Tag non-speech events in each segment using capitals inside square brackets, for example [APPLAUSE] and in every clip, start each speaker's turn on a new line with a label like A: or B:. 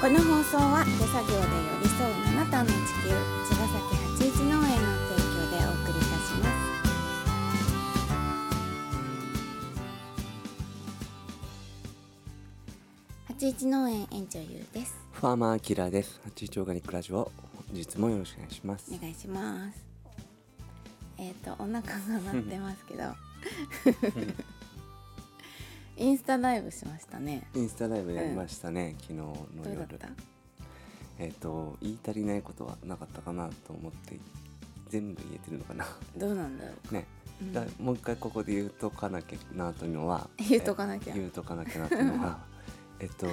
A: この放送は手作業で寄り添うあなたの地球茅ヶ崎八一農園の提供でお送りいたします八一農園園長ゆうです
B: ファーマーアキラです。八一オーガニックラジオ、本日もよろしくお願いします。
A: お願いしますえっ、とお腹が鳴ってますけどインスタライブしましたね
B: インスタライブやりましたね、昨日
A: ど
B: の
A: うだっ
B: 夜
A: た。
B: えっ、と、言い足りないことはなかったかなと思って、全部言えてるの
A: [LAUGHS]
B: かな。
A: どうなんだろ
B: ね、
A: う、うん
B: だもう一回ここで言うとかなきゃなというのは、
A: 言うとかなきゃ
B: え言うとかなきゃなという
A: [LAUGHS]
B: のは、えっと、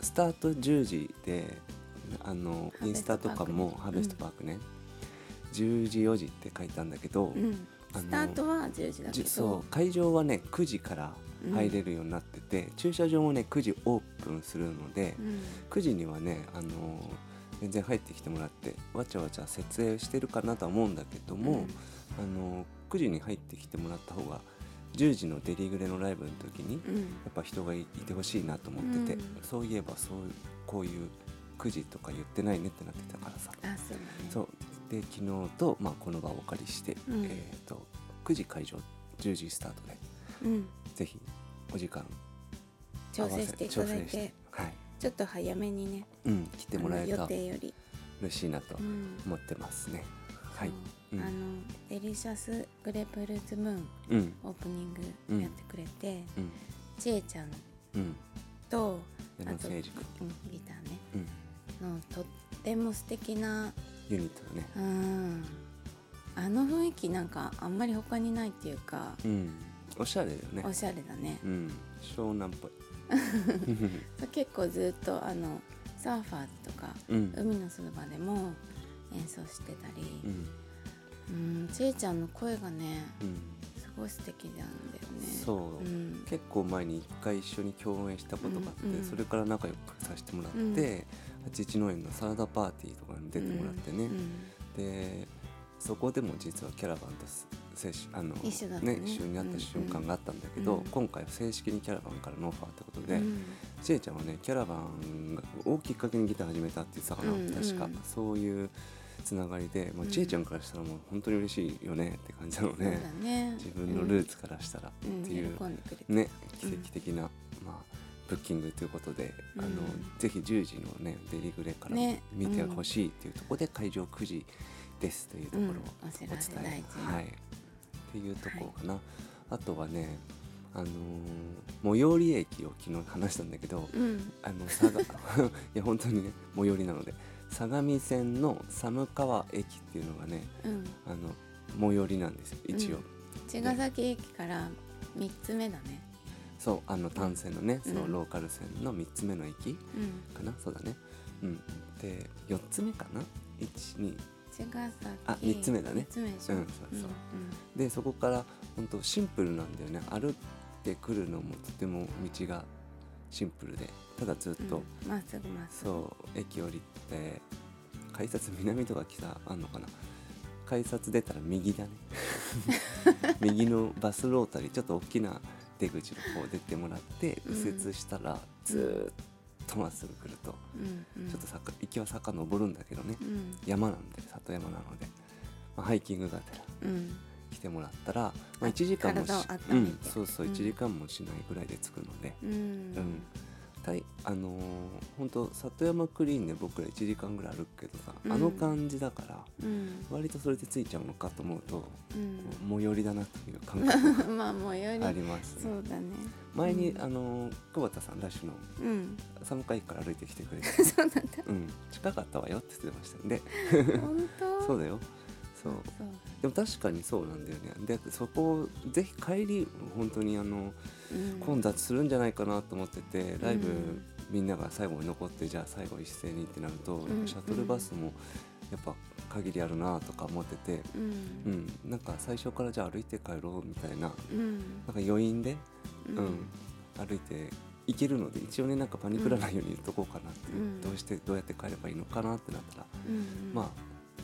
B: スタート10時で、あの、
A: ハー
B: イ
A: ベストパークね
B: ンスタとかも、ハーベストパークね、10時4時って書いたんだけど、
A: うん、
B: あの
A: スタートは10時だけ
B: じ
A: ど
B: そう会場はね9時から入れるようになってて、駐車場もね9時オープンするので、
A: うん
B: 9時にはね、あのー全然入ってきてもらってわちゃわちゃ設営してるかなとは思うんだけども、
A: うん
B: あのー9時に入ってきてもらった方が10時のデリグレのライブの時に
A: う
B: や
A: ん
B: っぱ人がいいてほしいなと思ってて、
A: うん
B: そういえばそうこういう9時とか言ってないねってなってたからさ。
A: あそうだね
B: そうで昨日と、まあ、この場をお借りして、
A: うん
B: えー、と9時会場10時スタートで
A: うん、
B: ぜひお時間
A: 調整していただいて
B: 調整しはい
A: ちょっと早めにね
B: うん、来てもらえ
A: あ
B: た
A: の
B: ら
A: 予定より、
B: 嬉しいなと
A: うん
B: 思ってますね、はい
A: そう
B: うん
A: あのデリシャスグレープフルーツムーン
B: うん
A: オープニングやってくれて、
B: うん
A: ちえちゃん
B: うん
A: と
B: 矢
A: あ
B: 野
A: と、
B: 誠
A: うん、
B: 二
A: ギ
B: 君、
A: ターね
B: うん、
A: のとっても素敵な
B: ユニットだね
A: うんあの雰囲気なんかあんまり他にないっていうか
B: うんおしゃれだよね
A: おしゃれだね
B: うん湘南
A: [LAUGHS]
B: っぽい
A: そう結構ずっとあのサーファーズとか
B: うん
A: 海のそばでも演奏してたり
B: う、ん
A: うん、ちえちゃんの声がね
B: うん
A: すごい素敵なんだよね
B: そう
A: うん、
B: 結構前に一回一緒に共演したことがあって、
A: うんうん
B: それから仲良くさせてもらって、
A: うん
B: 八一農園のサラダパーティーとかに出てもらってね、
A: うん
B: でそこでも実はキャラバンとす接しあの
A: 一緒だったね
B: 一緒になった瞬間があったんだけ
A: う
B: ど、
A: んうん
B: 今回は正式にキャラバンからのオファーってことで、
A: うん
B: ちえちゃんはねキャラバンをきっかけにギター始めたって言ってたかな、
A: うんうん
B: 確かそういうつながりで、まあ
A: うん
B: ちえちゃんからしたらもう本当に嬉しいよねって感じなの
A: そうだ
B: ね、
A: ね
B: 自分のルーツからしたらってい
A: う
B: う。
A: ん喜んでくれて
B: ね、奇
A: うん
B: 跡的な、まあ、ブッキングということで、あの
A: うん
B: ぜひ10時の、ね、デリグレから
A: ね
B: 見てほしいというところで、会場9時ですというところを
A: うんお知
B: お
A: らせ
B: 伝え
A: 大、事
B: はい、っていうところかな、あとはね、あのー最寄り駅を昨日話したんだけど
A: うん
B: あの佐
A: [LAUGHS]
B: 賀いや本当にね最寄りなので相模線の寒川駅っていうのがね
A: うん
B: あの最寄りなんですよ一応。
A: うん茅ヶ崎駅から三つ目だね
B: そうあの単線のね、
A: うん
B: そのローカル線の3つ目の駅
A: うん
B: かなそうだねうんで4つ目かな12
A: 茅ヶ崎
B: あ三つ目だ
A: 三
B: ね
A: つ目でしょ
B: うんそうそうでそこからほんとシンプルなんだよね歩いてくるのもとても道がシンプルでただずっ
A: うん
B: と、
A: うんまっすぐまっすぐ
B: そう駅降りて改札南とか北あんのかな改札出たら
A: [LAUGHS]
B: 右だね右のバスロータリーちょっと大きな出口の方出てもらって
A: うん
B: 右折したらずーっとまっすぐ来ると、
A: うんうん
B: ちょっと坂行きは坂登るんだけどね、
A: うん
B: 山なんで里山なので、まあハイキングがてら
A: うん
B: 来てもらったら、まあ、1時間もし
A: 体を温めて
B: うん、そうそう
A: うん
B: 1時間もしないぐらいで着くので、
A: うん
B: うんたいあのー、ほんと里山クリーンで僕ら1時間ぐらい歩くけどさ、
A: うん
B: あの感じだから
A: うん
B: 割とそれでついちゃうのかと思うと、
A: う
B: 最寄りだなという感覚
A: ん [LAUGHS] まあもうよ
B: があ
A: り
B: ります、
A: [LAUGHS] そうだね
B: 前に、
A: うん
B: あのー久保田さんラッシュの
A: うん
B: 寒川駅から歩いてきてくれて
A: [LAUGHS] そうなんだ
B: うん、近かったわよって言ってましたんで
A: 本当
B: そう
A: う
B: だよそう
A: そう
B: でも確かにそうなんだよねでそこをぜひ帰り本当にあの
A: うん
B: 混雑するんじゃないかなと思っててライブ、
A: うん
B: みんなが最後に残ってじゃあ最後一斉にってなると、やっ
A: うん
B: ぱシャトルバスもやっぱ限りあるなとか思ってて、
A: う
B: うんん、なんか最初からじゃあ歩いて帰ろうみたいななんか
A: うん
B: 余韻で、
A: う
B: うん
A: ん
B: 歩いて行けるので一応ねなんかパニクらないように言っとこうかなっていう、
A: うん
B: どうしてどうやって帰ればいいのかなってなったら、
A: うん
B: ま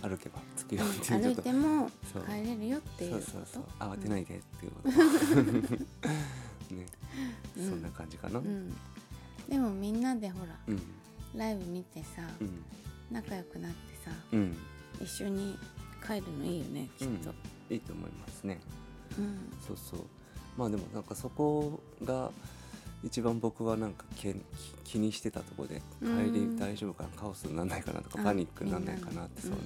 B: あ歩けば着くよって
A: 歩
B: いう
A: い
B: ちょっと
A: ても
B: そう
A: 帰れるよっていう
B: そ
A: こ
B: う
A: と
B: そうそう慌てないでっていうことね、 [LAUGHS]
A: うん
B: そんな感じかな、
A: うんでもみんなでほら
B: うん
A: ライブ見てさ、
B: うん
A: 仲良くなってさ
B: うん
A: 一緒に帰るのいいよねきっと、
B: いいと思いますね
A: うん
B: そうそうまあでもなんかそこが一番僕はなんかけん気にしてたところで帰
A: う
B: り
A: ん
B: 大丈夫かなカオスにならないかなとか
A: あ
B: パニックにならないかなって
A: み
B: そ
A: ん
B: う,、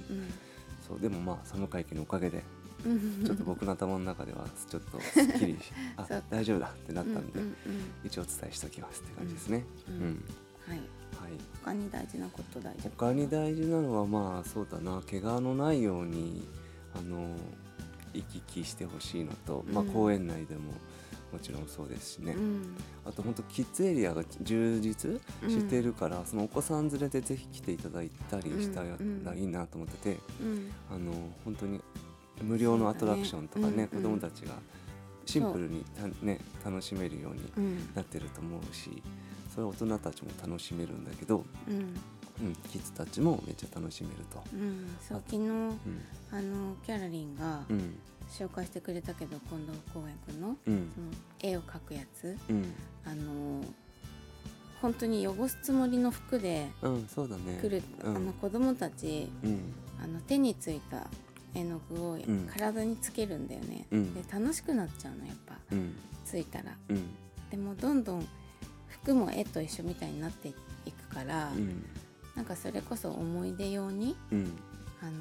B: そうでもまあ寒海期のおかげで
A: うんうん
B: ちょっと僕の頭の中ではちょっとすっきり
A: [LAUGHS]
B: しあ
A: そう
B: 大丈夫だってなったんで、
A: うんうん
B: 一応お伝えしておきますって感じですね。
A: う
B: うんん
A: うんはい
B: はい
A: 他に大事なこと大丈夫
B: 他に大事なのはまあそうだな怪我のないようにあの行き来してほしいのと、まあ、
A: うん
B: 公園内でももちろんそうですしね、
A: うん
B: あと本当キッズエリアが充実してるから、そのお子さん連れでぜひ来ていただいたりした
A: うん
B: らいいなと思ってて、
A: うん
B: あの本当に無料のアトラクションとかね
A: そうだねう
B: 子
A: ん
B: 供たちがシンプルにた、ね、楽しめるように
A: うん
B: なってると思うしそれは大人たちも楽しめるんだけど、
A: うん
B: うん、キッズたちもめっちゃ楽しめると。
A: うんそう
B: あ
A: 昨日
B: うん
A: あのキャラリンが
B: うん
A: 紹介してくれたけど近藤公園くんの
B: うん
A: その絵を描くやつ
B: うん
A: あの本当に汚すつもりの服で
B: うん、そうだね。
A: 来る、
B: うん
A: あの子供たち
B: うん、
A: あの手についた絵の具を
B: ん
A: 体につけるんだよね、
B: うん
A: で楽しくなっちゃうのやっぱ
B: うん、
A: ついたら
B: うん、
A: でもどんどん服も絵と一緒みたいになっていくから、
B: うん、
A: なんかそれこそ思い出用に
B: うん、
A: あの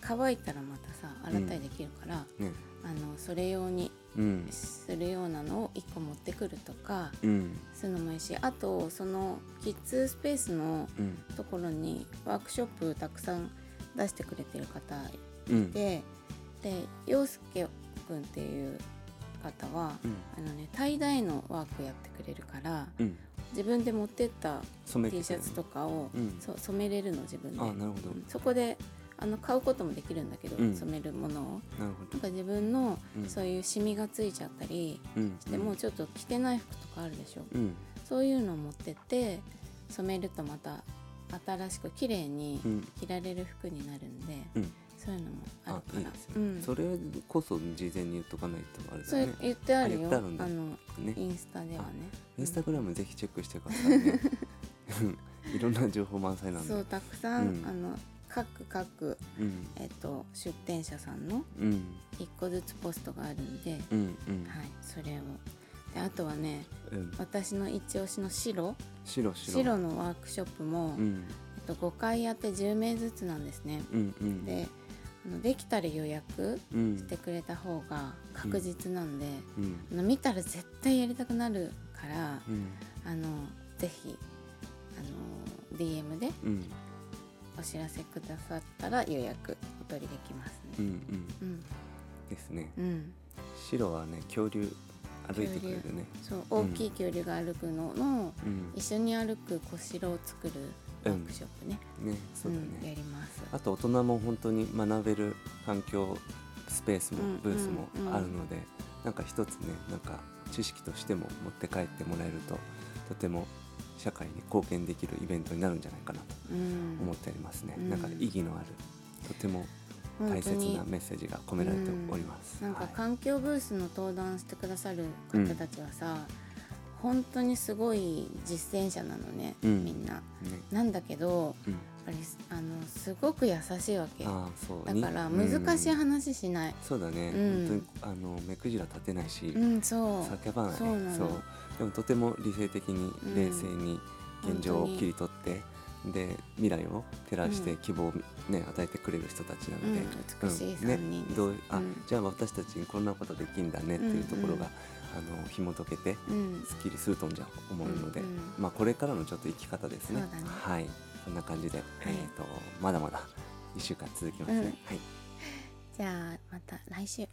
A: 乾いたらまたさ洗ったりできるから、
B: ね、
A: あのそれ用に
B: うん、
A: するようなのを1個持ってくるとか
B: うん、
A: そういうのもいいしあとそのキッズスペースの
B: うん、
A: ところにワークショップたくさん出してくれてる方
B: うん、
A: でで陽介くんっていう方は、
B: うん、
A: あのねタイダイのワークやってくれるから
B: うん、
A: 自分で持ってった T
B: 染
A: シャツと
B: か。
A: かを、
B: うん
A: そ染めれるの自分で
B: あ、なるほど
A: う、んそこであの買うこともできるんだけど、
B: うん
A: 染めるものを
B: なるほ
A: な
B: ど
A: んか自分の、
B: うん
A: そういうシミがついちゃったり
B: うん、
A: して、もうちょっと着てない服とかあるでしょ、
B: うん、
A: そういうのを持ってって染めるとまた新しく綺麗に
B: うん、
A: 着られる服になるんで、
B: うん、
A: そういうのもあるから
B: あいいですね
A: うん、
B: それこそ事前に言っとかないとあれ
A: それ
B: だよね。
A: 言ってある
B: あ言
A: よあ
B: ってあるんだ
A: のイ
B: ね、
A: ンスタではね
B: インスタグラムぜひチェックしてくださいね。 [LAUGHS] いろんな情報満載
A: う
B: なんん
A: そ
B: で
A: う。たくさん、
B: うん
A: あの各各、
B: うん、
A: えっと出店者さんの
B: うん、
A: 1個ずつポストがあるんで、
B: うん、うん、
A: はいそれをであとはね
B: うん、
A: 私の一押しの白
B: 白白。
A: 白のワークショップも、
B: うん、
A: えっと、5回やって10名ずつなんですね、
B: うん、うん、
A: であのできたら予約
B: うん、
A: してくれた方が確実なんで、
B: うん、
A: あの見たら絶対やりたくなるから、
B: うん、
A: あのぜひあの DM で
B: うん、
A: お知らせくださったら予約お取りできます
B: うん、う
A: ね。
B: ん、
A: うん、
B: ですね。
A: うん、
B: 白はね、恐竜歩いてくれるね。
A: そう大きい恐竜が歩くのの、
B: うん、
A: 一緒に歩く小城を作るワークショップね、
B: ね、そうだ
A: うんや
B: ね。
A: ります。
B: あと大人も本当に学べる環境スペース
A: うん
B: もブースも
A: うんうん
B: あるので、なんか一つねなんか知識としても持って帰ってもらえるととても社会に貢献できるイベントになるんじゃないかなと
A: うん、
B: 思っておりますね、
A: うん
B: なんか意義のあるとても
A: 本
B: 大
A: 当
B: 切
A: に
B: なメッセージが込められております、
A: なんか
B: はい
A: 環境ブースの登壇してくださる方たちはさ、本当にすごい実践者なのね、
B: うん
A: みんな。
B: ね
A: なんだけど
B: うん、
A: やっぱりあのすごく優しいわけだ
B: あーそう
A: から
B: に
A: 難しい
B: うん
A: 話しない。
B: そうだね、
A: うん
B: 本当にあの目くじら立てないし、
A: うん、そう
B: 叫ばない
A: そうなの
B: でもとても理性的に
A: うん
B: 冷静に現状
A: 本
B: を
A: 当に
B: 切り取って、で未来を照らし
A: う
B: て
A: ん
B: 希望を、ね与えてくれる人たちなので、
A: うん美しい
B: うん
A: 三人です
B: ね、どうあ、
A: うん
B: じゃあ私たちにこんなことできんだねっていうところが、あの紐解けて
A: うん
B: すっきりするとんじゃ思うので、
A: うんうん
B: まあ、これからのちょっと生き方ですね
A: そうだね
B: はいそんな感じで、えー、とまだまだ1週間続きますね。
A: うん
B: はい
A: じゃあまた来週。